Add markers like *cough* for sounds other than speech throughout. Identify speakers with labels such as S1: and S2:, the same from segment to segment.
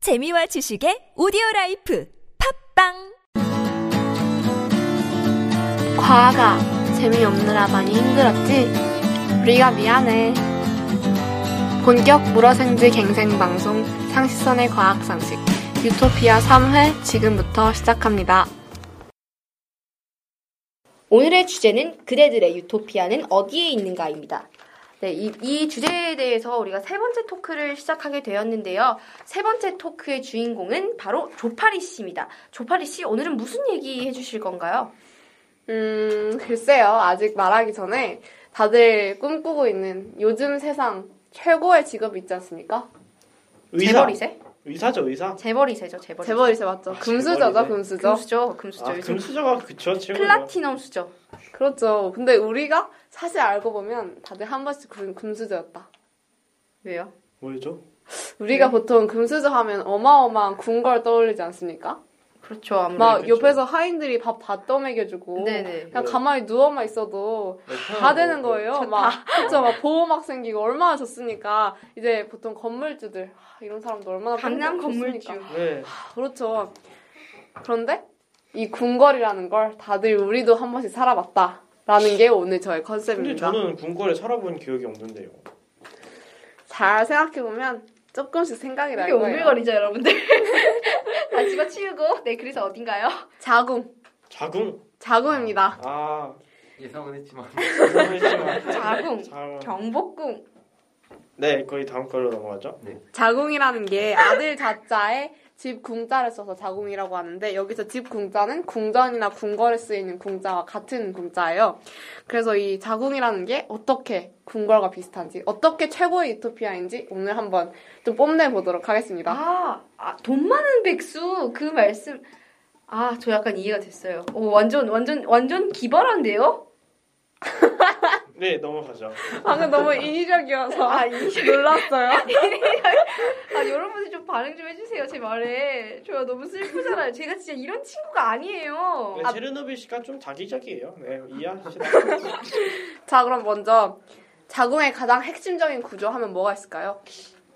S1: 재미와 지식의 오디오 라이프 팝빵
S2: 과가 재미없느라 많이 힘들었지? 우리가 미안해. 본격 물어생지 갱생 방송 상식선의 과학 상식 유토피아 3회 지금부터 시작합니다.
S3: 오늘의 주제는 그대들의 유토피아는 어디에 있는가입니다. 네, 이, 이 주제에 대해서 우리가 세 번째 토크를 시작하게 되었는데요. 세 번째 토크의 주인공은 바로 조파리 씨입니다. 조파리 씨, 오늘은 무슨 얘기 해주실 건가요?
S2: 음, 글쎄요. 아직 말하기 전에 다들 꿈꾸고 있는 요즘 세상 최고의 직업이 있지 않습니까?
S4: 의사.
S3: 재벌이세?
S4: 의사죠, 의사.
S3: 재벌이세죠, 재벌.
S2: 아, 재벌이세 맞죠? 금수저죠,
S4: 재벌이네.
S2: 금수저.
S3: 금수저, 금수저.
S4: 아,
S3: 요즘
S4: 금수저가 그쵸, 최고죠.
S3: 플라티넘 수저.
S2: 그렇죠. 근데 우리가 사실 알고 보면 다들 한 번씩 그런 금수저였다.
S3: 왜요?
S4: 뭐였죠?
S2: 우리가
S3: 네.
S2: 보통 금수저 하면 어마어마한 궁궐 떠올리지 않습니까?
S3: 그렇죠, 아무래도.
S2: 막
S4: 그렇죠.
S2: 옆에서 하인들이 밥 다 떠먹여주고
S3: 네네.
S2: 그냥
S4: 네.
S2: 가만히 누워만 있어도
S4: 네,
S2: 다
S4: 편하고.
S2: 되는 거예요. 막 그렇죠, 막 보호막 생기고 얼마나 좋습니까? 이제 보통 건물주들 하, 이런 사람도 얼마나
S3: 강남 건물주.
S2: 좋습니까?
S4: 네.
S2: 그렇죠. 그런데 이 궁궐이라는 걸 다들 우리도 한 번씩 살아봤다라는 게 오늘 저의
S4: 근데
S2: 컨셉입니다.
S4: 저는 궁궐에 살아본 기억이 없는데요.
S2: 잘 생각해 보면 조금씩 생각이 날
S3: 이게
S2: 거예요.
S3: 오글거리죠, 여러분들? *laughs* 다 집어치우고. 네, 그래서 어딘가요?
S2: 자궁,
S4: 자궁.
S2: 자궁입니다.
S4: 아,
S5: 예상은 했지만 *laughs*
S4: 죄송했지만.
S3: 자궁,
S4: 자,
S3: 경복궁.
S4: 네, 거의 다음 걸로 넘어가죠.
S2: 자궁이라는 게 아들 자자에 집 궁자를 써서 자궁이라고 하는데 여기서 집 궁자는 궁전이나 궁궐에 쓰이는 궁자와 같은 궁자예요. 그래서 이 자궁이라는 게 어떻게 궁궐과 비슷한지 어떻게 최고의 유토피아인지 오늘 한번 좀 뽐내 보도록 하겠습니다.
S3: 아, 아, 돈 많은 백수 그 말씀 아, 저 약간 이해가 됐어요. 오, 완전 완전 완전 기발한데요?
S4: 네, 넘어가죠.
S2: 방금 너무 아, 인위적이어서 놀랐어요.
S3: 아, 여러분들 좀 반응 좀 해주세요 제 말에. 저 너무 슬프잖아요. 제가 진짜 이런 친구가 아니에요.
S4: 네,
S3: 아,
S4: 체르노빌 시가 좀 자기적이에요. 네, 이해하시나요?
S2: 자 그럼 먼저 자궁의 가장 핵심적인 구조 하면 뭐가 있을까요?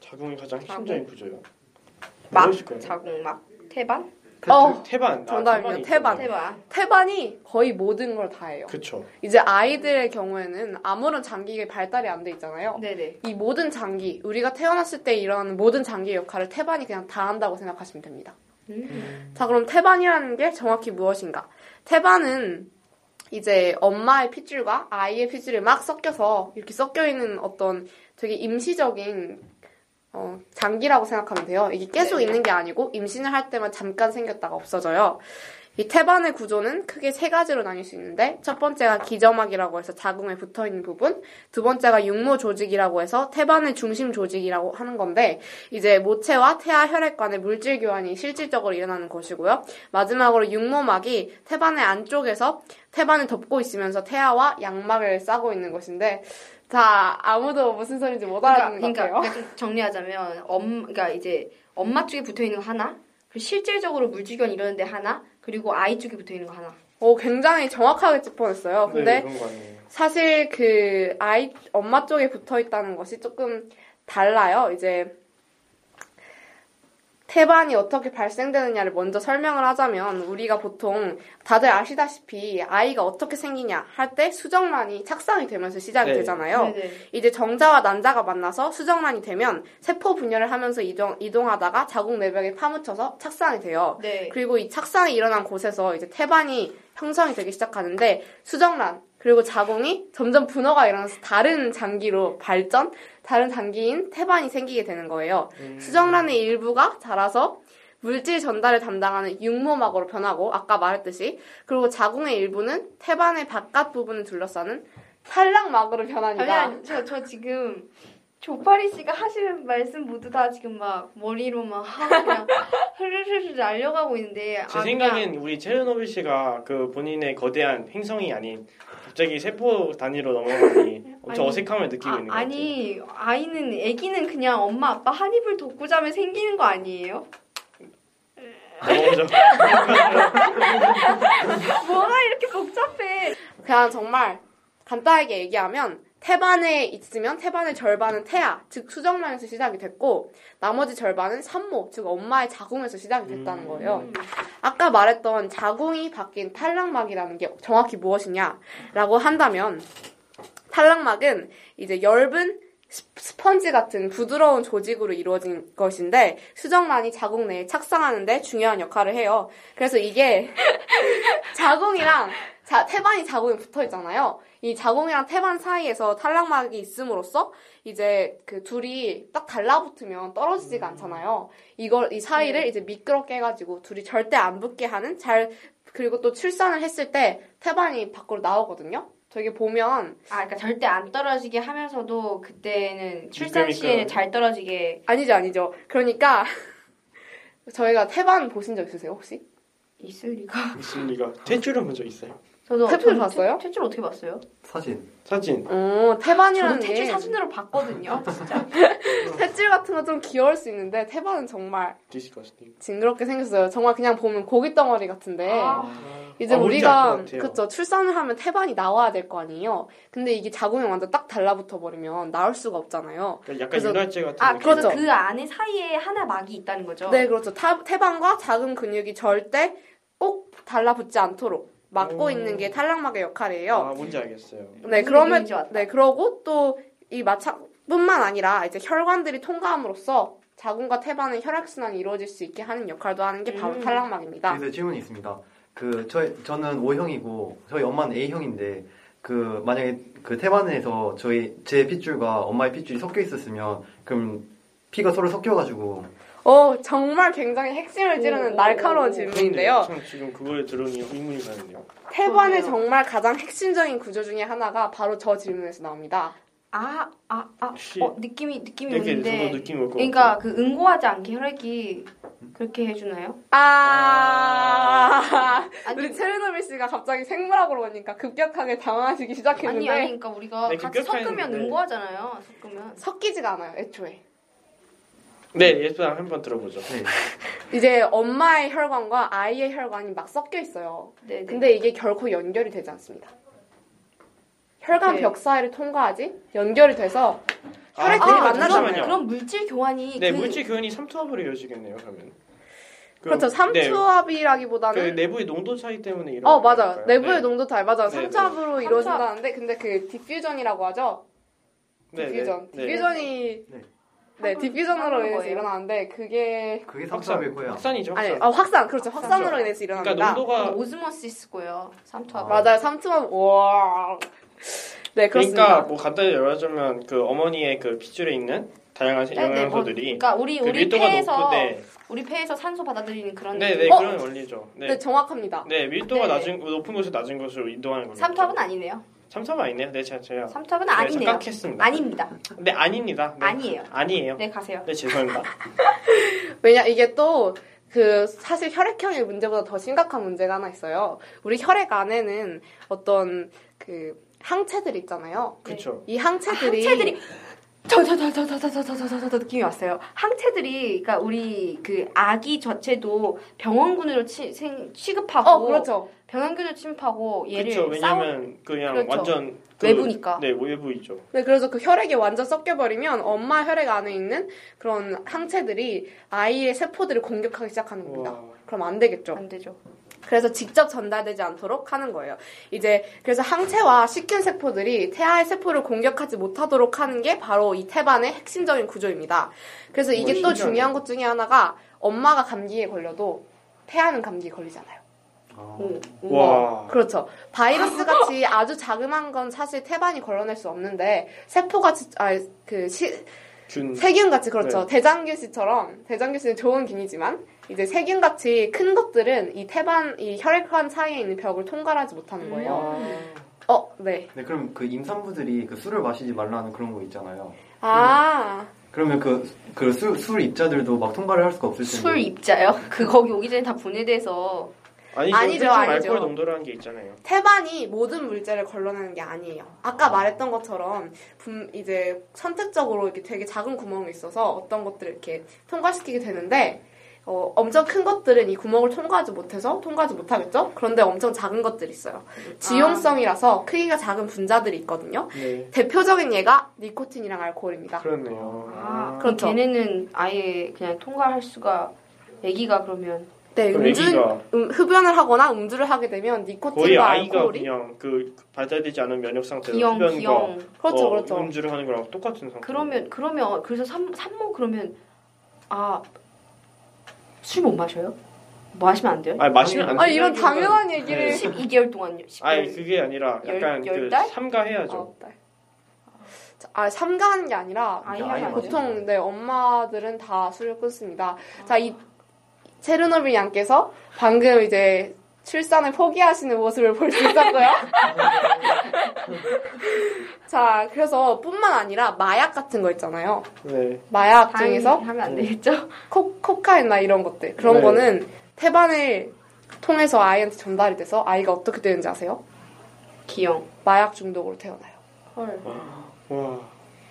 S4: 자궁이 가장
S3: 자궁.
S4: 핵심적인 구조예요.
S3: 막
S4: 무엇일까요?
S3: 자궁 막 태반
S2: 어
S4: 태반. 아,
S2: 정답이네요.
S4: 태반이
S2: 태반.
S4: 있죠.
S3: 태반.
S2: 태반이 거의 모든 걸 다 해요.
S4: 그쵸.
S2: 이제 아이들의 경우에는 아무런 장기가 발달이 안 돼 있잖아요.
S3: 네네.
S2: 이 모든 장기, 우리가 태어났을 때 일어나는 모든 장기의 역할을 태반이 그냥 다 한다고 생각하시면 됩니다.
S3: 음.
S2: 자, 그럼 태반이라는 게 정확히 무엇인가? 태반은 이제 엄마의 핏줄과 아이의 핏줄이 막 섞여서 이렇게 섞여 있는 어떤 되게 임시적인 어, 장기라고 생각하면 돼요. 이게 계속
S3: 네.
S2: 있는 게 아니고 임신을 할 때만 잠깐 생겼다가 없어져요. 이 태반의 구조는 크게 세 가지로 나뉠 수 있는데 첫 번째가 기저막이라고 해서 자궁에 붙어 있는 부분, 두 번째가 육모 조직이라고 해서 태반의 중심 조직이라고 하는 건데 이제 모체와 태아 혈액 간의 물질 교환이 실질적으로 일어나는 것이고요. 마지막으로 육모막이 태반의 안쪽에서 태반을 덮고 있으면서 태아와 양막을 싸고 있는 것인데 자 아무도 무슨 소리인지 못 알아듣는
S3: 그러니까,
S2: 것 같아요.
S3: 그러니까 약간 정리하자면 엄 그러니까 이제 엄마 쪽에 붙어 있는 거 하나, 그리고 실질적으로 물주견 이러는데 하나, 그리고 아이 쪽에 붙어 있는 거 하나.
S2: 오 굉장히 정확하게 짚어냈어요. 근데
S4: 네, 그런 거 아니에요.
S2: 사실 그 아이 엄마 쪽에 붙어 있다는 것이 조금 달라요. 이제 태반이 어떻게 발생되느냐를 먼저 설명을 하자면 우리가 보통 다들 아시다시피 아이가 어떻게 생기냐 할 때 수정란이 착상이 되면서 시작이
S4: 네.
S2: 되잖아요.
S3: 네네.
S2: 이제 정자와 난자가 만나서 수정란이 되면 세포 분열을 하면서 이동, 이동하다가 자궁 내벽에 파묻혀서 착상이 돼요.
S3: 네.
S2: 그리고 이 착상이 일어난 곳에서 이제 태반이 형성이 되기 시작하는데 수정란 그리고 자궁이 점점 분화가 일어나서 다른 장기로 발전, 다른 장기인 태반이 생기게 되는 거예요.
S4: 음.
S2: 수정란의 일부가 자라서 물질 전달을 담당하는 육모막으로 변하고 아까 말했듯이 그리고 자궁의 일부는 태반의 바깥 부분을 둘러싸는 탈락막으로
S3: 아니,
S2: 변합니다.
S3: 아니, 저, 저 지금 조파리 씨가 하시는 말씀 모두 다 지금 막 머리로만 하고 그냥 *laughs* 흐르르르 날려가고 있는데
S4: 제
S3: 아, 그냥
S4: 생각엔 우리 체르노빌 씨가 그 본인의 거대한 행성이 아닌 갑자기 세포 단위로 넘어가니 엄청
S3: 아니,
S4: 어색함을 느끼고
S3: 아,
S4: 있는 것 같아요.
S3: 아니 아이는 아기는 그냥 엄마 아빠 한 입을 돕고 자면 생기는 거 아니에요?
S4: 넘어가죠.
S3: 뭐가 이렇게 복잡해?
S2: 그냥 정말 간단하게 얘기하면 태반에 있으면 태반의 절반은 태아, 즉 수정란에서 시작이 됐고 나머지 절반은 산모, 즉 엄마의 자궁에서 시작이 됐다는
S4: 음.
S2: 거예요. 아까 말했던 자궁이 바뀐 탈락막이라는 게 정확히 무엇이냐라고 한다면 탈락막은 이제 엷은 스- 스펀지 같은 부드러운 조직으로 이루어진 것인데 수정란이 자궁 내에 착상하는데 중요한 역할을 해요. 그래서 이게 *laughs* 자궁이랑 자, 태반이 자궁에 붙어 있잖아요. 이 자궁이랑 태반 사이에서 탈락막이 있음으로써 이제 그 둘이 딱 달라붙으면
S3: 음.
S2: 떨어지지가 않잖아요. 이걸 이 사이를
S3: 네.
S2: 이제 미끄럽게 해가지고 둘이 절대 안 붙게 하는 잘 그리고 또 출산을 했을 때 태반이 밖으로 나오거든요. 저기 보면
S3: 아, 그러니까 절대 안 떨어지게 하면서도 그때는 출산
S4: 미끌미끌.
S3: 시에는 잘 떨어지게
S2: 아니죠, 아니죠. 그러니까 *laughs* 저희가 태반 보신 적 있으세요 혹시?
S3: 있을 리가.
S4: 있을 리가. 퇴출은 본적 있어요.
S3: 저도
S2: 태초를
S3: 저는
S2: 봤어요?
S3: 태- 태초를 어떻게 봤어요?
S5: 사진.
S4: 사진.
S2: 어, 태반이라는
S3: 저는
S2: 게
S3: 태초 사진으로 봤거든요. 진짜.
S2: 탯줄 같은 건 좀 귀여울 수 있는데 태반은 정말
S4: 디스커스팅.
S2: 징그럽게 생겼어요. 정말 그냥 보면 고기 덩어리 같은데
S3: 아.
S2: 이제
S4: 아, 뭔지 알것
S2: 우리가
S4: 같아요.
S2: 그쵸 출산을 하면 태반이 나와야 될 거 아니에요. 근데 이게 자궁이 완전 딱 달라붙어 버리면 나올 수가 없잖아요.
S4: 그러니까 약간
S2: 그래서-
S4: 윤활제 같은
S3: 아,
S4: 느낌.
S3: 그래서 그 안에 사이에 하나 막이 있다는 거죠.
S2: 네 그렇죠. 타- 태반과 작은 근육이 절대 꼭 달라붙지 않도록 막고
S4: 오.
S2: 있는 게 탈락막의 역할이에요.
S4: 아, 뭔지 알겠어요.
S2: 네,
S3: 무슨
S2: 그러면
S3: 의미인지 왔다.
S2: 네, 그러고 또 이 마찰뿐만 아니라 이제 혈관들이 통과함으로써 자궁과 태반의 혈액 순환이 이루어질 수 있게 하는 역할도 하는 게 바로
S3: 음.
S2: 탈락막입니다.
S5: 여기서 질문이 있습니다. 그 저, 저는 O형이고 저희 엄마는 A형인데 그 만약에 그 태반에서 저희 제 핏줄과 엄마의 핏줄이 섞여 있었으면 그럼 피가 서로 섞여가지고
S2: 어, 정말 굉장히 핵심을 찌르는
S3: 오.
S2: 날카로운 질문인데요.
S4: 참 지금 그걸 들으니 의문이 가는데요.
S2: 태반의
S3: 그러네요.
S2: 정말 가장 핵심적인 구조 중에 하나가 바로 저 질문에서 나옵니다.
S3: 아, 아, 아.
S4: 혹시
S3: 어, 느낌이 느낌이
S4: 이렇게
S3: 오는데.
S4: 저도 느낌이 올것
S3: 그러니까
S4: 같아요.
S3: 그 응고하지 않게 혈액이 그렇게 해주나요?
S2: 아,
S3: 아니,
S2: 우리 체르노빌 씨가 갑자기 생물학으로 오니까 급격하게 당황하시기
S3: 아니
S2: 시작했는데
S3: 아니 그러니까 우리가
S4: 네,
S3: 같이
S4: 급격한-
S3: 섞으면
S4: 네.
S3: 응고하잖아요. 섞으면
S2: 섞이지가 않아요, 애초에.
S4: 네, 예쁘다 한번 들어보죠.
S5: 네.
S2: 이제 엄마의 혈관과 아이의 혈관이 막 섞여 있어요.
S3: 네, 네.
S2: 근데 이게 결코 연결이 되지 않습니다. 혈관
S3: 네. 그
S2: 벽 사이를 통과하지 연결이 돼서 혈액들이
S4: 그러면
S2: 만나잖아요.
S4: 잠시만요.
S3: 그럼 물질 교환이
S4: 네,
S3: 그
S4: 물질 교환이 삼투압으로 이어지겠네요. 그러면. 그-
S2: 그렇죠.
S4: 네, 그
S3: 네.
S2: 삼투압이라기보다는
S4: 내부의 농도 차이 때문에 이런.
S2: 어
S4: 거
S2: 맞아
S4: 아닐까요?
S2: 내부의
S4: 네.
S2: 농도 차이 맞아 요
S4: 네, 네.
S2: 삼투압으로 이루어진다는데 근데 그 디퓨전이라고 하죠.
S4: 네, 네,
S2: 디퓨전
S4: 네.
S2: 디퓨전이
S5: 네.
S2: 네
S3: 한번
S2: 디퓨전으로
S3: 하는
S2: 인해서
S3: 거예요.
S2: 일어나는데 그게
S5: 그게
S4: 확산.
S5: 섞여일 거예요.
S4: 확산이죠.
S2: 아니
S4: 확산.
S2: 어, 확산 그렇죠
S3: 확산이죠.
S2: 확산으로 인해서 일어납니다.
S4: 그러니까 농도가
S3: 오스모시스고요. 삼투압.
S5: 아.
S2: 맞아요 삼투압 와. 네 그렇습니다.
S4: 그러니까 뭐 간단히 말하자면 그 어머니의 그 핏줄에 있는 다양한 영양소들이
S3: 그러니까 네, 우리
S4: 그
S3: 우리
S4: 밀도가
S3: 폐에서
S4: 높은데
S3: 우리 폐에서 산소 받아들이는 그런
S4: 네,
S3: 느낌.
S4: 네
S2: 어?
S4: 그런 원리죠.
S2: 네,
S4: 네.
S2: 정확합니다.
S4: 네,
S3: 네.
S4: 밀도가 낮은 높은 곳에 낮은 곳으로 이동하는 거죠.
S3: 삼투압은 아니네요.
S4: 삼탑 아니네요. 네, 제가 제가
S3: 삼투압은
S4: 네,
S3: 아니네요.
S4: 착각했습니다.
S3: 아닙니다.
S4: 네, 아닙니다. 네.
S3: 아니에요.
S4: 아니에요. 네,
S3: 네 가세요.
S4: 죄송합니다.
S2: 왜냐 이게 또 그 사실 혈액형의 문제보다 더 심각한 문제가 하나 있어요. 우리 혈액 안에는 어떤 그 항체들 있잖아요.
S4: 그렇죠.
S2: 이 항체들이
S3: 아,
S2: 어,
S3: 항체들이 저저저저저저저저저 느낌이 왔어요. 항체들이 그러니까 우리 그 아기 자체도 병원군으로 치, 생, 취급하고
S2: 어 그렇죠.
S3: 병원군으로 취급하고 *laughs* 얘를
S4: 그렇죠.
S3: 싸우
S4: 왜냐면 그냥
S3: 그렇죠.
S4: 완전 그,
S3: 외부니까.
S4: 네, 외부이죠.
S2: 네, 그래서 그 혈액이 완전 섞여버리면 엄마 혈액 안에 있는 그런 항체들이 아이의 세포들을 공격하기 시작하는 겁니다.
S4: 우와.
S2: 그럼 안 되겠죠.
S3: 안 되죠.
S2: 그래서 직접 전달되지 않도록 하는 거예요. 이제 그래서 항체와 식균 세포들이 태아의 세포를 공격하지 못하도록 하는 게 바로 이 태반의 핵심적인 구조입니다. 그래서 이게 또
S4: 오, 뭐 신기하네.
S2: 중요한 것 중에 하나가 엄마가 감기에 걸려도 태아는 감기에 걸리잖아요.
S5: 아,
S3: 오, 우와.
S4: 와.
S2: 그렇죠. 바이러스 같이 아주 자그마한 건 사실 태반이 걸러낼 수 없는데 세포 같이 아그
S4: 균.
S2: 세균 같이 그렇죠. 대장균 씨처럼 대장균 씨는 좋은 균이지만 이제 세균 같이 큰 것들은 이 태반 이 혈액관 사이에 있는 벽을 통과하지 못하는
S4: 음.
S2: 거예요.
S4: 아.
S2: 어, 네.
S5: 네 그럼 그 임산부들이 그 술을 마시지 말라는 그런 거 있잖아요.
S2: 아,
S5: 그러면 그그술술 입자들도 막 통과를 할 수가 없을 텐데.
S3: 술 입자요? *laughs* 그 거기 오기 전에 다 분해돼서
S4: 아니죠.
S2: 아니죠,
S4: 혈중
S2: 아니죠.
S4: 알코올 농도라는 게 있잖아요.
S2: 태반이 모든 물질을 걸러내는 게 아니에요. 아까 말했던 것처럼 분- 이제 선택적으로 이렇게 되게 작은 구멍이 있어서 어떤 것들을 이렇게 통과시키게 되는데 어, 엄청 큰 것들은 이 구멍을 통과하지 못해서 통과하지 못하겠죠? 그런데 엄청 작은 것들이 있어요. 지용성이라서 크기가 작은 분자들이 있거든요.
S4: 네.
S2: 대표적인 예가 니코틴이랑 알코올입니다.
S4: 그렇네요.
S3: 아, 그럼
S2: 그렇죠.
S3: 걔네는 아예 그냥 통과할 수가 애기가 그러면
S2: 네,
S4: 그럼
S2: 음주
S4: 애기가
S2: 음, 흡연을 하거나 음주를 하게 되면
S4: 거의
S2: 니코틴과
S4: 아이가
S2: 알코올이
S4: 그냥 그 발달되지 않은 면역 상태로
S3: 기형
S4: 흡연과
S3: 기형
S2: 그렇죠,
S4: 어,
S2: 그렇죠.
S4: 음주를 하는 거랑 똑같은 상태.
S3: 그러면 그러면 그래서 삼 산모 그러면 아 술 못 마셔요? 마시면 안 돼요?
S4: 아니 마시면 안
S2: 아니 이런
S4: 된다는 건-
S2: 당연한 얘기를
S4: 네.
S3: 12개월 동안요. 12개월.
S4: 아니 그게 아니라 약간
S3: 열- 열
S4: 그
S3: 달?
S2: 어.
S4: 삼가해야죠.
S2: 자, 네. 아, 삼가하는 게 아니라
S3: 아이
S4: 아이
S3: 하면 보통
S2: 보통 네 엄마들은 다 술을 끊습니다.
S4: 아.
S2: 자 이 체르노빌 양께서 방금 이제 출산을 포기하시는 모습을 볼 수
S4: *laughs*
S2: 있었고요. 자 그래서 뿐만 아니라 마약 같은 거 있잖아요.
S4: 네.
S2: 마약 중에서
S3: 하면 안 되겠죠?
S2: 코, 코카인이나 이런 것들 그런
S4: 네.
S2: 거는 태반을 통해서 아이한테 전달이 돼서 아이가 어떻게 되는지 아세요?
S3: 기형.
S2: 마약 중독으로 태어나요.
S3: 헐.
S4: 와.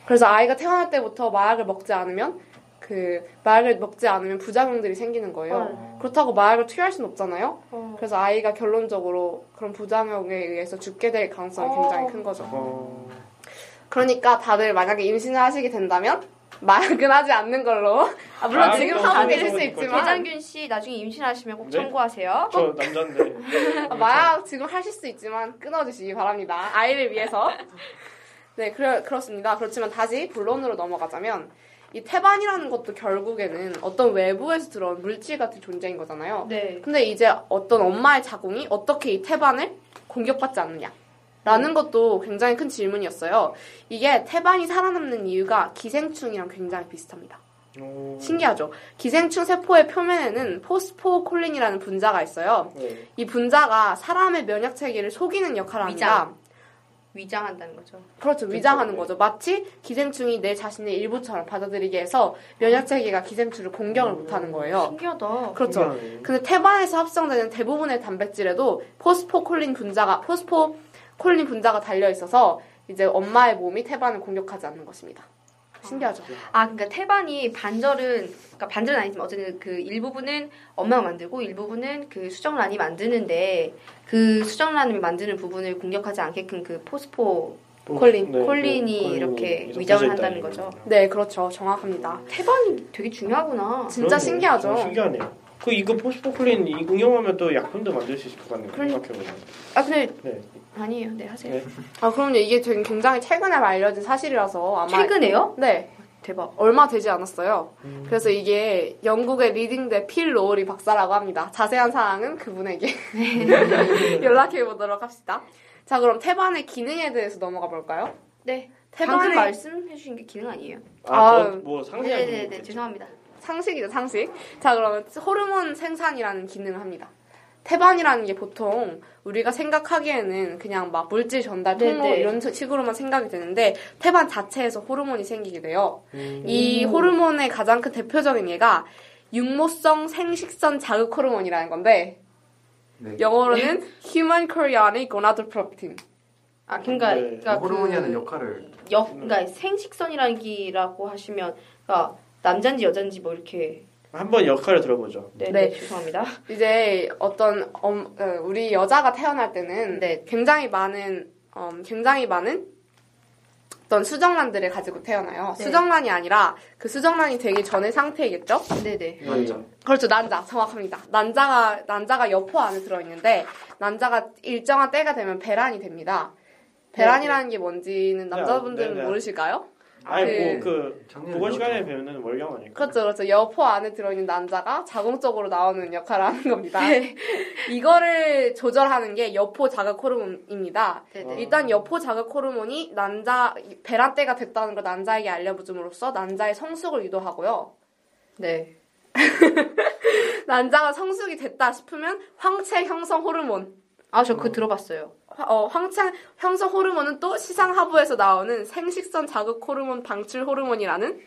S2: 그래서 아이가 태어날 때부터 마약을 먹지 않으면 그 마약을 먹지 않으면 부작용들이 생기는 거예요. 그렇다고 마약을 투여할 수는 없잖아요.
S3: 어.
S2: 그래서 아이가 결론적으로 그런 부작용에 의해서 죽게 될 가능성이 굉장히 큰 거죠.
S4: 어.
S2: 그러니까 다들 만약에 임신을 하시게 된다면 마약은 하지 않는 걸로. 아, 물론
S4: 마약은
S2: 지금
S4: 좀
S2: 하고
S4: 하는
S2: 계실 수
S4: 거니까.
S2: 있지만
S3: 대장균 씨 나중에 임신하시면 꼭
S4: 네?
S3: 청구하세요.
S4: 저 남잔데.
S2: 아, 마약 지금 하실 수 있지만 끊어주시기 바랍니다. 아이를 위해서. 네, 그래, 그렇습니다. 그렇지만 다시 본론으로 넘어가자면, 이 태반이라는 것도 결국에는 어떤 외부에서 들어온 물질 같은 존재인 거잖아요.
S3: 네.
S2: 근데 이제 어떤 엄마의 자궁이 어떻게 이 태반을 공격받지 않느냐? 라는 것도 굉장히 큰 질문이었어요. 이게 태반이 살아남는 이유가 기생충이랑 굉장히 비슷합니다.
S4: 어.
S2: 신기하죠? 기생충 세포의 표면에는 포스포콜린이라는 분자가 있어요.
S4: 네.
S2: 이 분자가 사람의 면역 체계를 속이는 역할을 합니다.
S3: 위장한다는 거죠.
S2: 그렇죠. 위장하는 거죠. 마치 기생충이 내 자신의 일부처럼 받아들이게 해서 면역 체계가 기생충을 공격을 못하는 거예요.
S3: 어. 신기하다.
S2: 그렇죠.
S4: 신기하네.
S2: 근데 태반에서 합성되는 대부분의 단백질에도 포스포콜린 분자가 포스포콜린 분자가 달려 있어서 이제 엄마의 몸이 태반을 공격하지 않는 것입니다. 신기하죠.
S3: 아, 그러니까 태반이 반절은 그러니까 반절은 아니지만 어쨌든 그 일부분은 엄마가 만들고 일부분은 그 수정란이 만드는데 그 수정란을 만드는 부분을 공격하지 않게끔 그 포스포
S2: 콜린.
S4: 네, 그
S3: 콜린이 이렇게
S4: 이렇게
S3: 위장을
S4: 퍼져 있다는
S3: 한다는 거죠.
S4: 거죠.
S2: 네, 그렇죠. 정확합니다.
S3: 태반이 되게 중요하구나.
S2: 진짜
S4: 그러네요.
S2: 신기하죠.
S4: 어, 신기하네요. 그 이거 포스포클린 이 응용하면 또 약품도 만들 수 있을 것 같네요.
S3: 그러니까.
S4: 생각해보면.
S3: 아 근데
S4: 네.
S3: 아니에요. 네 하세요.
S4: 네.
S2: 아, 그럼요. 이게 되게 굉장히 최근에 알려진 사실이라서 아마
S3: 최근에요?
S2: 네.
S3: 대박.
S2: 얼마 되지 않았어요. 그래서 이게 영국의 리딩대 필 로우리 박사라고 합니다. 자세한 사항은 그분에게 *laughs*
S3: 네.
S2: 연락해 보도록 합시다. 자, 그럼 태반의 기능에 대해서 넘어가 볼까요?
S3: 네. 방금
S2: 태반의
S3: 말씀해 주신 게 기능 아니에요?
S2: 아,
S4: 아뭐 상세하게.
S3: 네네네 죄송합니다.
S2: 상식이죠, 상식. 자, 그러면 호르몬 생산이라는 기능을 합니다. 태반이라는 게 보통 우리가 생각하기에는 그냥 막 물질 전달 통로
S3: 네, 네.
S2: 이런 식으로만 생각이 되는데 태반 자체에서 호르몬이 생기게 돼요.
S3: 음.
S2: 이 호르몬의 가장 큰 대표적인 예가 육모성 생식선 자극 호르몬이라는 건데
S5: 네.
S2: 영어로는 Human Chorionic Gonadotropin.
S3: 아 그러니까
S4: 네.
S3: 그러니까
S5: 호르몬이
S3: 그
S5: 하는 역할을
S3: 역 그러니까 생식선이라기라고 하시면 그러니까 남잔지 여잔지 뭐 이렇게
S4: 한번 역할을 들어보죠.
S3: 네,
S2: 네.
S3: 네. 죄송합니다.
S2: 이제 어떤 엄- 어, 우리 여자가 태어날 때는
S3: 네.
S2: 굉장히 많은 음, 굉장히 많은 어떤 수정란들을 가지고 태어나요.
S3: 네.
S2: 수정란이 아니라 그 수정란이 되기 전의 상태이겠죠?
S3: *laughs* 네네.
S4: 맞죠.
S2: 그렇죠. 난자 정확합니다. 난자가 난자가 여포 안에 들어 있는데 난자가 일정한 때가 되면 배란이 됩니다. 배란이라는 게 뭔지는 남자분들은
S4: 네, 네, 네.
S2: 모르실까요?
S4: 아니 뭐 그
S5: 작년에
S4: 보건 시간에
S5: 배웠죠.
S4: 배우는 월경 아닐까?
S2: 그렇죠, 그렇죠. 여포 안에 들어있는 난자가 자동적으로 나오는 역할을 하는 겁니다.
S3: 네.
S2: 이거를 조절하는 게 여포 자극 호르몬입니다.
S3: 네네.
S2: 일단 여포 자극 호르몬이 난자 배란 때가 됐다는 걸 난자에게 알려줌으로써 난자의 성숙을 유도하고요.
S3: 네.
S2: 난자가 성숙이 됐다 싶으면 황체 형성 호르몬.
S3: 아, 저 그거 들어봤어요.
S2: 화- 어, 황체 형성 호르몬은 또 시상 하부에서 나오는 생식선 자극 호르몬 방출 호르몬이라는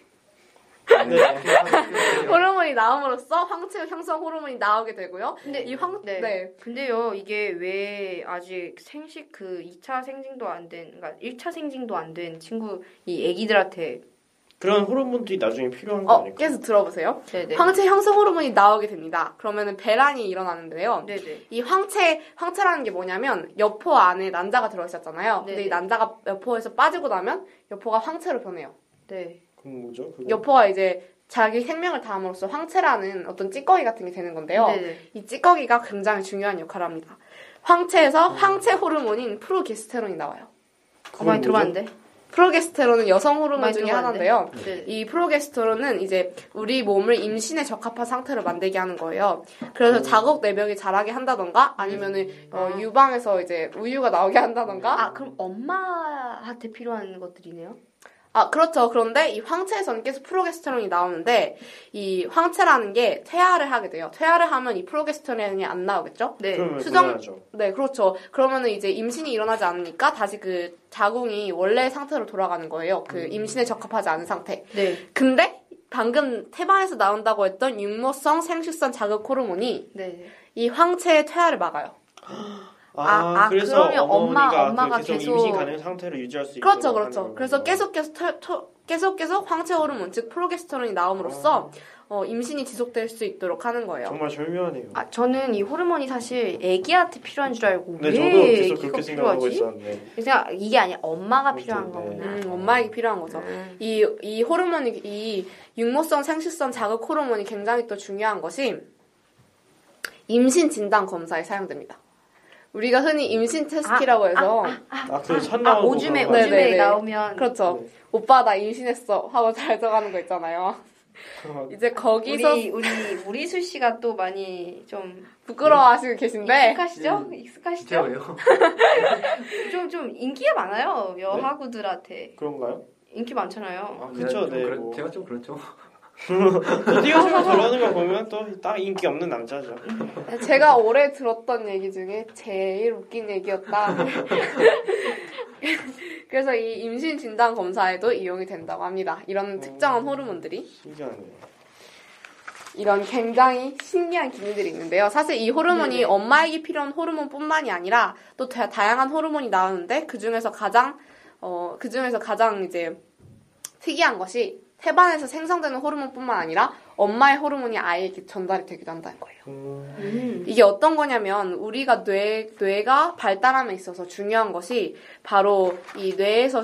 S4: 네.
S2: 호르몬이 나옴으로써 황체 형성 호르몬이 나오게 되고요.
S3: 근데
S2: 이 황,
S3: 네.
S2: 네.
S3: 근데요, 이게 왜 아직 생식 그 2차 생징도 안 된, 그러니까 1차 생징도 안 된 친구, 이 애기들한테
S4: 그런 호르몬들이 나중에 필요한 거
S2: 어,
S4: 아닐까?
S2: 계속 들어보세요.
S3: 네네.
S2: 황체 형성 호르몬이 나오게 됩니다. 그러면은 배란이 일어나는데요.
S3: 네네.
S2: 이 황체, 황체라는 게 뭐냐면 여포 안에 난자가 들어있었잖아요. 근데
S3: 네네.
S2: 이 난자가 여포에서 빠지고 나면 여포가 황체로 변해요.
S3: 네.
S4: 그건 뭐죠? 그거?
S2: 여포가 이제 자기 생명을 다함으로써 황체라는 어떤 찌꺼기 같은 게 되는 건데요.
S3: 네네.
S2: 이 찌꺼기가 굉장히 중요한 역할을 합니다. 황체에서 황체 호르몬인 프로게스테론이 나와요.
S4: 그건
S3: 가만히
S4: 뭐죠?
S3: 들어봤는데.
S2: 프로게스테론은 여성 호르몬
S3: 많이
S2: 중에
S3: 들어봤는데.
S2: 하나인데요.
S3: 네.
S2: 이 프로게스테론은 이제 우리 몸을 임신에 적합한 상태로 만들게 하는 거예요. 그래서 자궁 내벽이 자라게 한다던가 아니면은 어,
S3: 아.
S2: 유방에서 이제 우유가 나오게 한다던가
S3: 아 그럼 엄마한테 필요한 것들이네요.
S2: 아 그렇죠. 그런데 이 황체에서는 계속 프로게스테론이 나오는데 이 황체라는 게 퇴화를 하게 돼요. 퇴화를 하면 이 프로게스테론이 안 나오겠죠?
S3: 네.
S4: 그러면
S2: 수정-
S4: 곤란하죠.
S2: 네, 그렇죠. 그러면은 이제 임신이 일어나지 않으니까 다시 그 자궁이 원래 상태로 돌아가는 거예요. 그 임신에 적합하지 않은 상태.
S3: 네.
S2: 근데 방금 태반에서 나온다고 했던 육모성 생식선 자극 호르몬이
S3: 네.
S2: 이 황체의 퇴화를 막아요.
S4: 아,
S3: 아, 아,
S4: 그래서
S3: 그러면 엄마-
S4: 어머니가 그
S3: 엄마가
S4: 계속,
S3: 계속-
S4: 임신 가능 상태로 유지할 수 있게
S2: 그렇죠, 그렇죠. 그래서 계속 계속 털- 털- 계속 계속 황체 호르몬 즉 프로게스테론이 나옴으로써 어, 임신이 지속될 수 있도록 하는 거예요.
S4: 아. 정말 절묘하네요.
S3: 아 저는 이 호르몬이 사실 아기한테 필요한 줄 알고
S4: 네,
S3: 왜
S4: 저도 계속
S3: 이거
S4: 그렇게 생각하고
S3: 필요하지?
S4: 있었는데
S3: 그래서 이게 아니야 엄마가
S4: 그렇죠,
S3: 필요한
S4: 네.
S3: 거구나.
S2: 음, 엄마에게 필요한 거죠.
S3: 음.
S2: 이, 이 호르몬이, 이 육모성 생식선 자극 호르몬이 굉장히 또 중요한 것이 임신 진단 검사에 사용됩니다. 우리가 흔히 임신 테스트라고 해서
S4: 아, 아그
S3: 아
S4: 산나오고
S3: 오줌에
S2: 그런 거.
S3: 오줌에
S2: 네네네.
S3: 나오면
S2: 그렇죠.
S4: 네.
S2: 오빠 나 임신했어 하고 *laughs* 잘 들어가는 거 있잖아요. 이제 거기서
S3: 우리 우리 우리술 씨가 또 많이 좀
S2: 부끄러워하시고 계신데
S3: 익숙하시죠?
S4: 네.
S5: 제가
S3: 익숙하시죠?
S5: 왜요?
S3: 좀 좀 인기가 많아요
S4: 네.
S3: 여하구들한테
S4: 그런가요?
S3: 인기 많잖아요.
S5: *laughs*
S4: 아 그쵸,
S5: 제가 좀
S4: 네.
S5: 그래-
S4: 뭐.
S5: 제가 좀 그렇죠.
S4: *laughs* 어디가 좀 저러는 걸 보면 또 딱 인기 없는 남자죠.
S3: 네.
S2: 제가 올해 들었던 얘기 중에 제일 웃긴
S3: *laughs*
S2: 얘기였다. 그래서 이 임신 진단 검사에도 이용이 된다고 합니다. 이런 특정한 호르몬들이
S4: 신기하네요.
S2: 이런 굉장히 신기한 기능들이 있는데요. 사실 이 호르몬이
S3: 네네.
S2: 엄마에게 필요한 호르몬뿐만이 아니라 또 다, 다양한 호르몬이 나오는데 그 중에서 가장 어, 그 중에서 가장 이제 특이한 것이 태반에서 생성되는 호르몬뿐만 아니라 엄마의 호르몬이 아이에게 전달이 되기도 한다는 거예요.
S4: 음,
S3: 음.
S2: 이게 어떤 거냐면 우리가 뇌 뇌가 발달함에 있어서 중요한 것이 바로 이 뇌에서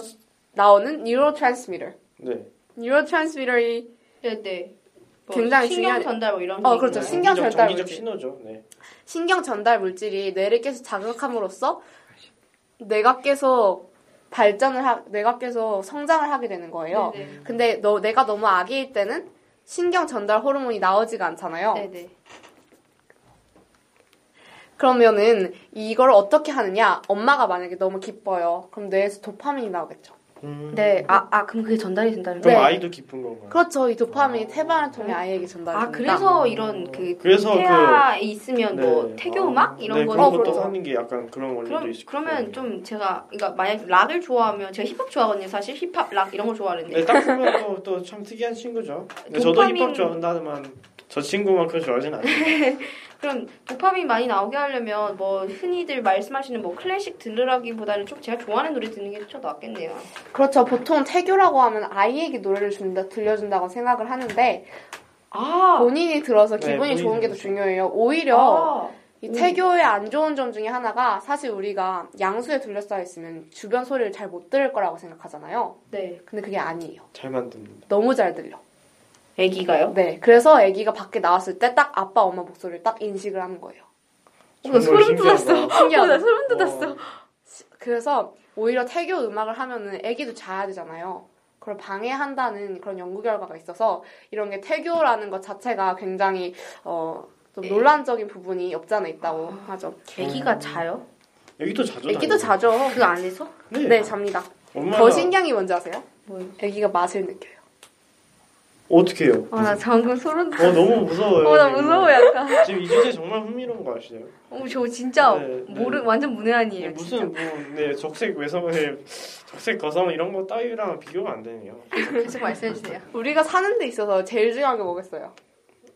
S2: 나오는 뉴로트랜스미터.
S4: 네.
S2: 뉴로트랜스미터의
S3: 네네. 뭐
S2: 굉장히
S3: 신경
S2: 중요한-
S3: 전달 뭐 이런.
S2: 어, 그렇죠.
S3: 얘기인가요?
S2: 신경
S4: 음, 정기적-
S2: 절단
S4: 정기적
S2: 문제.
S4: 신호죠. 네.
S2: 신경 전달 물질이 뇌를 계속 자극함으로써 뇌가 계속 발전을 하, 뇌가 계속 성장을 하게 되는 거예요.
S3: 네네.
S2: 근데 너 내가 너무 아기일 때는 신경 전달 호르몬이 나오지가 않잖아요.
S3: 네네.
S2: 그러면은 이걸 어떻게 하느냐? 엄마가 만약에 너무 기뻐요. 그럼 뇌에서 도파민이 나오겠죠.
S4: 음,
S3: 네. 아, 아, 그럼 그게 전달이 된다는
S4: 그럼
S2: 네.
S3: 거예요?
S4: 아이도 깊은 건가요?
S2: 그렇죠. 이
S4: 아.
S2: 도파민이 태반을 통해 아이에게 전달이
S3: 아,
S2: 됩니다.
S3: 그래서 이런 그
S4: 그래서
S3: 태아에 있으면
S4: 네.
S3: 뭐 태교 음악
S4: 아,
S3: 이런
S4: 네,
S3: 거는
S4: 그런
S2: 어,
S4: 것도
S2: 그렇죠.
S4: 하는 게 약간 그런 원리도
S3: 그럼
S4: 있을
S3: 그러면
S4: 거예요.
S3: 좀 제가 그러니까 만약 락을 좋아하면 제가 힙합 좋아하거든요. 사실 힙합 락 이런 걸 좋아하는데
S4: 네, 딱 보면 또 참 특이한 친구죠. 근데 저도
S3: 도파민-
S4: 힙합 좋아한다지만 저 친구만큼 좋아하진 않아요.
S3: 그럼 도파민 많이 나오게 하려면 뭐 흔히들 말씀하시는 뭐 클래식 들으라기보다는 좀 제가 좋아하는 노래 듣는 게 좀 낫겠네요.
S2: 그렇죠. 보통 태교라고 하면 아이에게 노래를 준다, 들려준다고 생각을 하는데
S3: 아,
S2: 본인이 들어서
S4: 네,
S2: 기분이
S4: 본인이
S2: 좋은 게 더
S4: 들어서.
S2: 중요해요. 오히려
S3: 아,
S2: 이
S3: 음.
S2: 태교의 안 좋은 점 중에 하나가 사실 우리가 양수에 둘러싸여 있으면 주변 소리를 잘 못 들을 거라고 생각하잖아요.
S3: 네.
S2: 근데 그게 아니에요.
S4: 잘 만듭니다.
S2: 너무 잘 들려.
S3: 애기가요?
S2: 네. 그래서 아기가 밖에 나왔을 때 딱 아빠, 엄마 목소리를 딱 인식을 하는 거예요.
S3: 어, 나
S4: 정말
S3: 소름
S4: 신기하다.
S3: 돋았어.
S2: 신기하다.
S3: 나 소름 돋았어.
S4: 어,
S2: 그래서 오히려 태교 음악을 하면은 애기도 자야 되잖아요. 그걸 방해한다는 그런 연구 결과가 있어서 이런 게 태교라는 것 자체가 굉장히 어, 좀
S3: 네.
S2: 논란적인 부분이 없지 않아 있다고 하죠.
S4: 음.
S3: 애기가 자요?
S4: 여기도 자주
S2: 애기도
S4: 다녀요.
S2: 자죠.
S3: 그 안에서?
S4: 네.
S2: 네, 잡니다.
S4: 얼마나
S2: 더 신기한 게 뭔지 아세요?
S3: 뭐요?
S2: 애기가 맛을 느껴요.
S4: 어떻게 해요?
S3: 아, 나 방금 소름
S4: 어 너무 무서워요.
S3: 어, 나
S4: 지금.
S3: 무서워 약간.
S4: 지금 이 주제 정말 흥미로운 거 아시죠?
S3: 어, 저 진짜
S4: 네, 네.
S3: 모르 완전
S2: 예,
S3: 문외한이에요.
S4: 무슨 뭐네 적색 외성의 적색 거성 이런 거 따위랑 비교가 안 되네요.
S3: 진짜. 계속 말씀해 주세요.
S2: 우리가 사는 데 있어서 제일 중요한 게 뭐겠어요?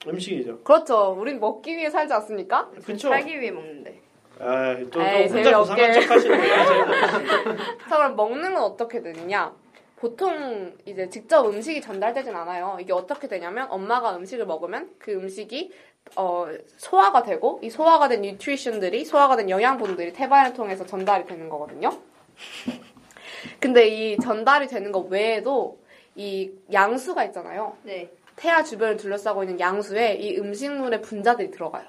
S4: 음식이죠.
S2: 그렇죠. 우린 먹기 위해 살지 않습니까?
S4: 그쵸?
S3: 살기 위해 먹는데.
S4: 아또또
S2: 에이,
S4: 혼자 고상한
S2: 재미없게.
S4: 척하시는 거예요.
S2: 자, 그럼 먹는 건 어떻게 되느냐? 보통 이제 직접 음식이 전달되진 않아요. 이게 어떻게 되냐면 엄마가 음식을 먹으면 그 음식이 어, 소화가 되고 이 소화가 된 뉴트리션들이 소화가 된 영양분들이 태반을 통해서 전달이 되는 거거든요. 근데 이 전달이 되는 것 외에도 이 양수가 있잖아요.
S3: 네.
S2: 태아 주변을 둘러싸고 있는 양수에 이 음식물의 분자들이 들어가요.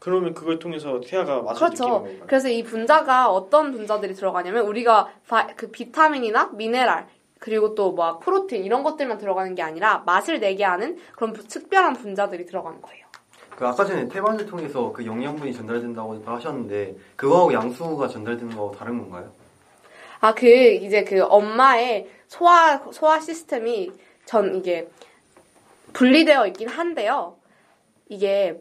S4: 그러면 그걸 통해서 태아가 맛을
S2: 그렇죠.
S4: 느끼는 건가요?
S2: 그래서 이 분자가 어떤 분자들이 들어가냐면 우리가 바- 그 비타민이나 미네랄 그리고 또 막 프로틴 이런 것들만 들어가는 게 아니라 맛을 내게 하는 그런 부- 특별한 분자들이 들어가는 거예요.
S5: 그 아까 전에 태반을 통해서 그 영양분이 전달된다고 하셨는데 그거하고 양수가 전달되는 거하고 다른 건가요?
S2: 아, 그, 이제 그 엄마의 소화, 소화 시스템이 전 이게 분리되어 있긴 한데요. 이게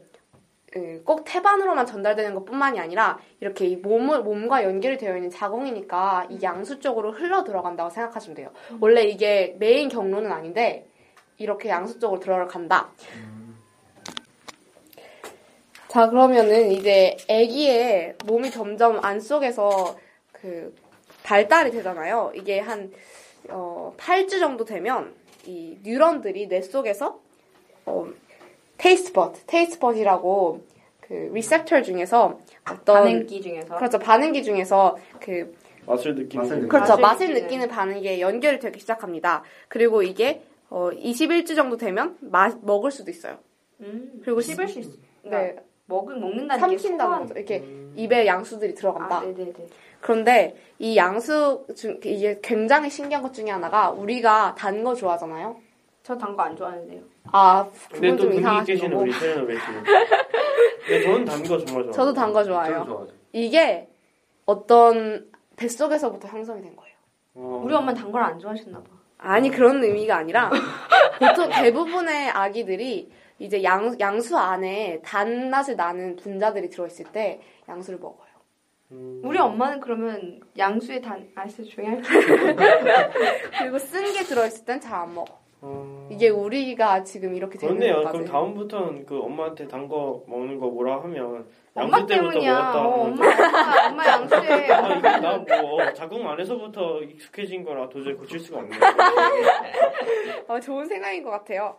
S2: 음, 꼭 태반으로만 전달되는 것 뿐만이 아니라 이렇게 이 몸을, 몸과 연결이 되어 있는 자궁이니까 이 양수 쪽으로 흘러 들어간다고 생각하시면 돼요. 원래 이게 메인 경로는 아닌데 이렇게 양수 쪽으로 들어간다.
S3: 음.
S2: 자, 그러면은 이제 아기의 몸이 점점 안 속에서 그 발달이 되잖아요. 이게 한 어, 8주 정도 되면 이 뉴런들이 뇌 속에서 어, 테이스트 버 테이스트 버이라고그 리셉터 중에서 어떤
S3: 반응기 중에서.
S2: 그렇죠. 반응기 중에서 그
S4: 맛을 느끼는
S5: 맛을
S4: 거.
S5: 느끼는
S2: 그렇죠.
S3: 맛을
S2: 맛을
S3: 느끼는.
S2: 느끼는 반응에 연결이 되기 시작합니다. 그리고 이게 어, 21주 정도 되면 마, 먹을 수도 있어요.
S3: 음.
S2: 그리고
S3: 씹을 수 있어.
S2: 네.
S3: 그러니까 먹은 먹는다는 게
S2: 삼킨다는
S3: 소화하는
S2: 거죠. 이렇게
S4: 음.
S2: 입에 양수들이 들어간다.
S3: 아, 네네네.
S2: 그런데 이 양수 중 이게 굉장히 신기한 것 중에 하나가 우리가 단 거 좋아하잖아요.
S3: 저 단 거 안 좋아하는데요.
S2: 아
S4: 근데
S2: 그건
S4: 또
S2: 좀
S4: 분위기
S2: 이상하신
S4: 깨시는
S2: 거고.
S4: 우리 세연을 왜 지금?
S2: *laughs*
S4: 근데 저는 단 거 정말 좋아.
S2: 저도 단 거
S5: 저는
S2: 좋아해요.
S5: 좋아하죠.
S6: 네,
S2: 이게 어떤 뱃속에서부터 형성이 된 거예요.
S4: 어,
S3: 우리 엄마 는 단 걸 안 좋아하셨나 봐.
S2: 아니 그런 의미가 아니라 보통 대부분의 아기들이 이제 양, 양수 안에 단맛을 나는 분자들이 들어있을 때 양수를 먹어요.
S3: 우리 엄마는 그러면 양수에 단 아이스 조용히 할게요.
S2: 그리고 쓴 게 들어있을 땐 잘 안 먹어.
S4: 어...
S2: 이게 우리가 지금 이렇게 되는
S4: 그렇네요.
S2: 것까지.
S4: 그럼 다음부터는 그 엄마한테 단 거 먹는 거 뭐라 하면
S3: 엄마
S4: 양수 때부터
S3: 때문이야.
S4: 먹었다.
S3: 어, 엄마, 엄마, 엄마 양수에.
S4: 아, 이거 나뭐 자궁 안에서부터 익숙해진 거라 도저히 고칠 수가 없네.
S2: 어, 좋은 생각인 것 같아요.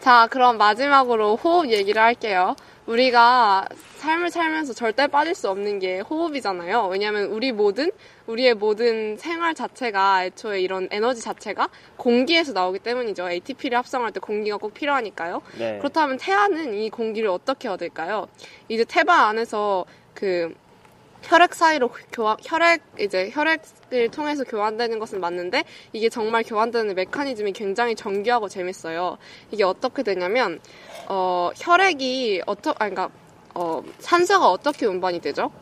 S2: 자, 그럼 마지막으로 호흡 얘기를 할게요. 우리가 삶을 살면서 절대 빠질 수 없는 게 호흡이잖아요. 왜냐하면 우리 모든 우리의 모든 생활 자체가 애초에 이런 에너지 자체가 공기에서 나오기 때문이죠. ATP를 합성할 때 공기가 꼭 필요하니까요.
S4: 네.
S2: 그렇다면 태아는 이 공기를 어떻게 얻을까요? 이제 태바 안에서 그 혈액 사이로 교환, 혈액 이제 혈액을 통해서 교환되는 것은 맞는데 이게 정말 교환되는 메커니즘이 굉장히 정교하고 재밌어요. 이게 어떻게 되냐면 어 혈액이 어떻 아 그러니까 어 산소가 어떻게 운반이 되죠?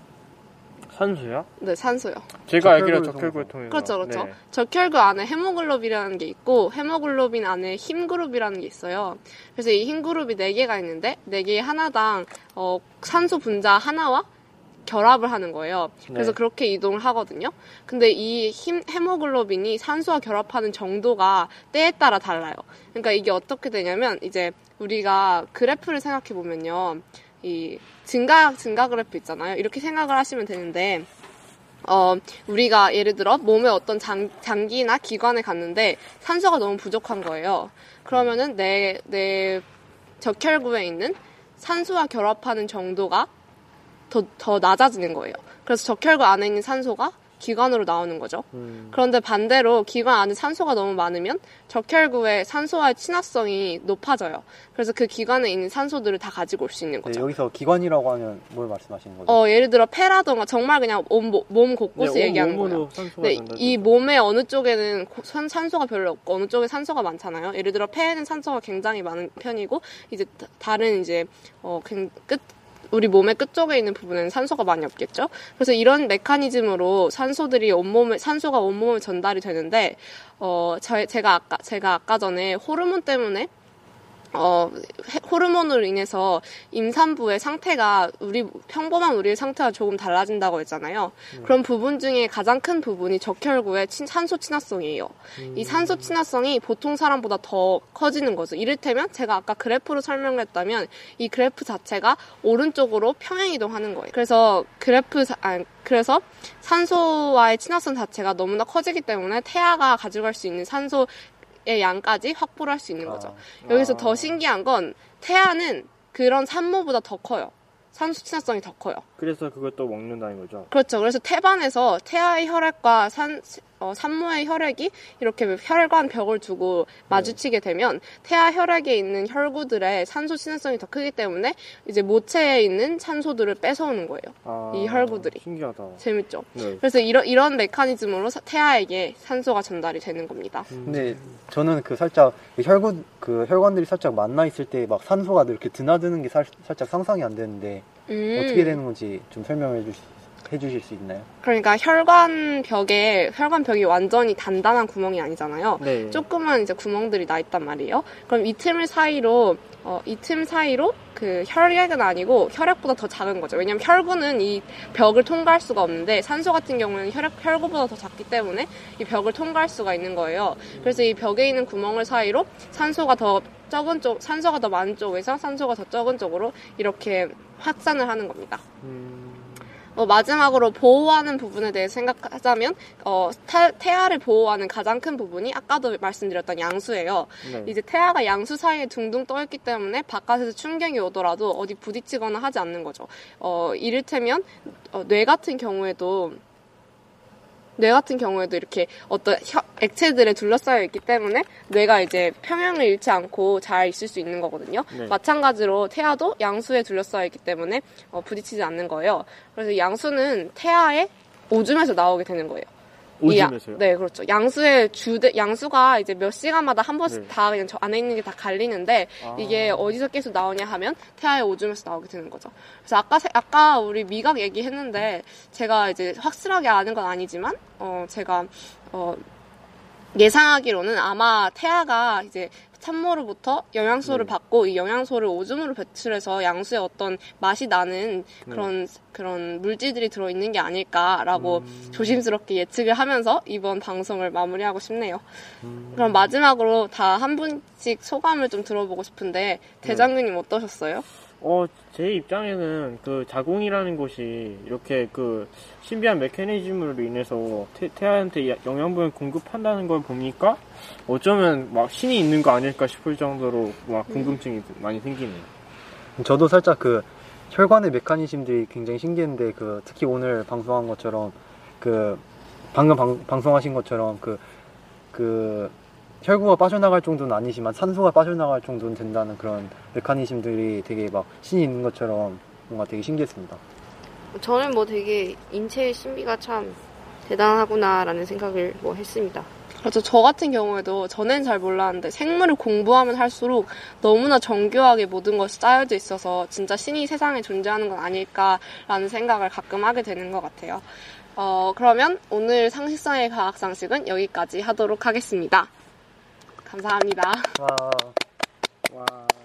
S7: 산소요?
S2: 네, 산소요.
S7: 제가 알기로
S5: 적혈구를
S7: 적혈구를 통해서.
S2: 그렇죠, 그렇죠.
S7: 네.
S2: 적혈구 안에 헤모글로빈이라는 게 있고 헤모글로빈 안에 힘그룹이라는 게 있어요. 그래서 이 힘그룹이 네 개가 있는데 네 개의 하나당 어, 산소 분자 하나와 결합을 하는 거예요. 그래서
S7: 네.
S2: 그렇게 이동을 하거든요. 근데 이 힘, 헤모글로빈이 산소와 결합하는 정도가 때에 따라 달라요. 그러니까 이게 어떻게 되냐면 이제 우리가 그래프를 생각해 보면요. 이 증가 증가 그래프 있잖아요. 이렇게 생각을 하시면 되는데 어, 우리가 예를 들어 몸에 어떤 장, 장기나 기관에 갔는데 산소가 너무 부족한 거예요. 그러면은 내, 내 적혈구에 있는 산소와 결합하는 정도가 더, 더 낮아지는 거예요. 그래서 적혈구 안에 있는 산소가 기관으로 나오는 거죠. 그런데 반대로 기관 안에 산소가 너무 많으면 적혈구의 산소와의 친화성이 높아져요. 그래서 그 기관에 있는 산소들을 다 가지고 올 수 있는 거죠.
S6: 여기서 기관이라고 하면 뭘 말씀하시는 거죠?
S2: 어, 예를 들어 폐라던가 정말 그냥 온 몸, 몸 곳곳을 얘기하는 거예요. 네, 이 몸의 어느 쪽에는 고- 산, 산소가 별로 없고 어느 쪽에 산소가 많잖아요. 예를 들어 폐에는 산소가 굉장히 많은 편이고 이제 다- 다른 이제 어, 굉- 끝 우리 몸의 끝 쪽에 있는 부분에는 산소가 많이 없겠죠. 그래서 이런 메커니즘으로 산소들이 온몸에 산소가 온몸에 전달이 되는데 어, 저, 제가 아까 제가 아까 전에 호르몬 때문에 어, 해- 호르몬으로 인해서 임산부의 상태가 우리 평범한 우리의 상태와 조금 달라진다고 했잖아요. 그런 부분 중에 가장 큰 부분이 적혈구의 친- 산소 친화성이에요. 이 산소 친화성이 보통 사람보다 더 커지는 거죠. 이를테면 제가 아까 그래프로 설명했다면 이 그래프 자체가 오른쪽으로 평행 이동하는 거예요. 그래서 그래프 자- 아, 그래서 산소와의 친화성 자체가 너무나 커지기 때문에 태아가 가져갈 수 있는 산소의 양까지 확보를 할 수 있는 거죠.
S6: 아.
S2: 여기서 더 신기한 건 태아는 그런 산모보다 더 커요. 산소 친화성이 더 커요.
S7: 그래서 그걸 또 먹는다는 거죠.
S2: 그렇죠. 그래서 태반에서 태아의 혈액과 산, 어, 산모의 혈액이 이렇게 혈관 벽을 두고
S6: 네.
S2: 마주치게 되면 태아 혈액에 있는 혈구들의 산소 친화성이 더 크기 때문에 이제 모체에 있는 산소들을 뺏어오는 거예요.
S7: 아,
S2: 이 혈구들이.
S7: 신기하다.
S2: *laughs* 재밌죠?
S7: 네.
S2: 그래서 이런, 이런 메커니즘으로 사- 태아에게 산소가 전달이 되는 겁니다.
S7: 네.
S6: 근데 저는 그 살짝 그 혈구 그 혈관들이 살짝 만나 있을 때 막 산소가 이렇게 드나드는 게 살, 살짝 상상이 안 되는데
S2: 음.
S6: 어떻게 되는 건지 좀 설명해 주실 수- 해주실 수 있나요?
S2: 그러니까 혈관 벽에, 혈관 벽이 완전히 단단한 구멍이 아니잖아요.
S7: 네.
S2: 조그만 이제 구멍들이 나 있단 말이에요. 그럼 이 틈을 사이로 어, 이 틈 사이로 그 혈액은 아니고 혈액보다 더 작은 거죠. 왜냐면 혈구는 이 벽을 통과할 수가 없는데 산소 같은 경우는 혈액 혈구보다 더 작기 때문에 이 벽을 통과할 수가 있는 거예요. 그래서 이 벽에 있는 구멍을 사이로 산소가 더 적은 쪽, 산소가 더 많은 쪽에서 산소가 더 적은 쪽으로 이렇게 확산을 하는 겁니다.
S7: 음,
S2: 어, 마지막으로 보호하는 부분에 대해 생각하자면 어, 태- 태아를 보호하는 가장 큰 부분이 아까도 말씀드렸던 양수예요.
S7: 네.
S2: 이제 태아가 양수 사이에 둥둥 떠있기 때문에 바깥에서 충격이 오더라도 어디 부딪히거나 하지 않는 거죠. 어, 이를테면 어, 뇌 같은 경우에도 뇌 같은 경우에도 이렇게 어떤 혀- 액체들에 둘러싸여 있기 때문에 뇌가 이제 평형을 잃지 않고 잘 있을 수 있는 거거든요.
S7: 네.
S2: 마찬가지로 태아도 양수에 둘러싸여 있기 때문에 어, 부딪히지 않는 거예요. 그래서 양수는 태아의 오줌에서 나오게 되는 거예요. 이 야-
S7: 오줌에서요?
S2: 네, 그렇죠. 양수의 주대 양수가 이제 몇 시간마다 한 번씩
S7: 네.
S2: 다 그냥 저 안에 있는 게 다 갈리는데
S7: 아.
S2: 이게 어디서 계속 나오냐 하면 태아의 오줌에서 나오게 되는 거죠. 그래서 아까 세- 아까 우리 미각 얘기했는데 제가 이제 확실하게 아는 건 아니지만 어 제가 어 예상하기로는 아마 태아가 이제 산모로부터 영양소를
S7: 네.
S2: 받고 이 영양소를 오줌으로 배출해서 양수의 어떤 맛이 나는
S7: 네.
S2: 그런 뭐 그런 물질들이 들어 있는 게
S7: 음.
S2: 아닐까라고 조심스럽게 예측을 하면서 이번 방송을 마무리하고 싶네요. 그럼 마지막으로 다 한 분씩 소감을 좀 들어보고 싶은데 대장군님 어떠셨어요?
S7: 어, 제 입장에는 그 자궁이라는 곳이 이렇게 그 신비한 메커니즘으로 인해서 태, 태아한테 야- 영양분을 공급한다는 걸 보니까 어쩌면 막 신이 있는 거 아닐까 싶을 정도로 막 궁금증이 많이 생기네요.
S6: 저도 살짝 그 혈관의 메커니즘들이 굉장히 신기했는데 그 특히 오늘 방송한 것처럼 그 방금 방, 방송하신 것처럼 그 그 혈구가 빠져나갈 정도는 아니지만 산소가 빠져나갈 정도는 된다는 그런 메커니즘들이 되게 막 신이 있는 것처럼 뭔가 되게 신기했습니다.
S3: 저는 뭐 되게 인체의 신비가 참 대단하구나라는 생각을 뭐 했습니다.
S2: 그렇죠. 저 같은 경우에도 전엔 잘 몰랐는데 생물을 공부하면 할수록 너무나 정교하게 모든 것이 짜여져 있어서 진짜 신이 세상에 존재하는 건 아닐까라는 생각을 가끔 하게 되는 것 같아요. 어, 그러면 오늘 상식성의 과학 상식은 여기까지 하도록 하겠습니다. 감사합니다.
S6: 와.
S7: 와.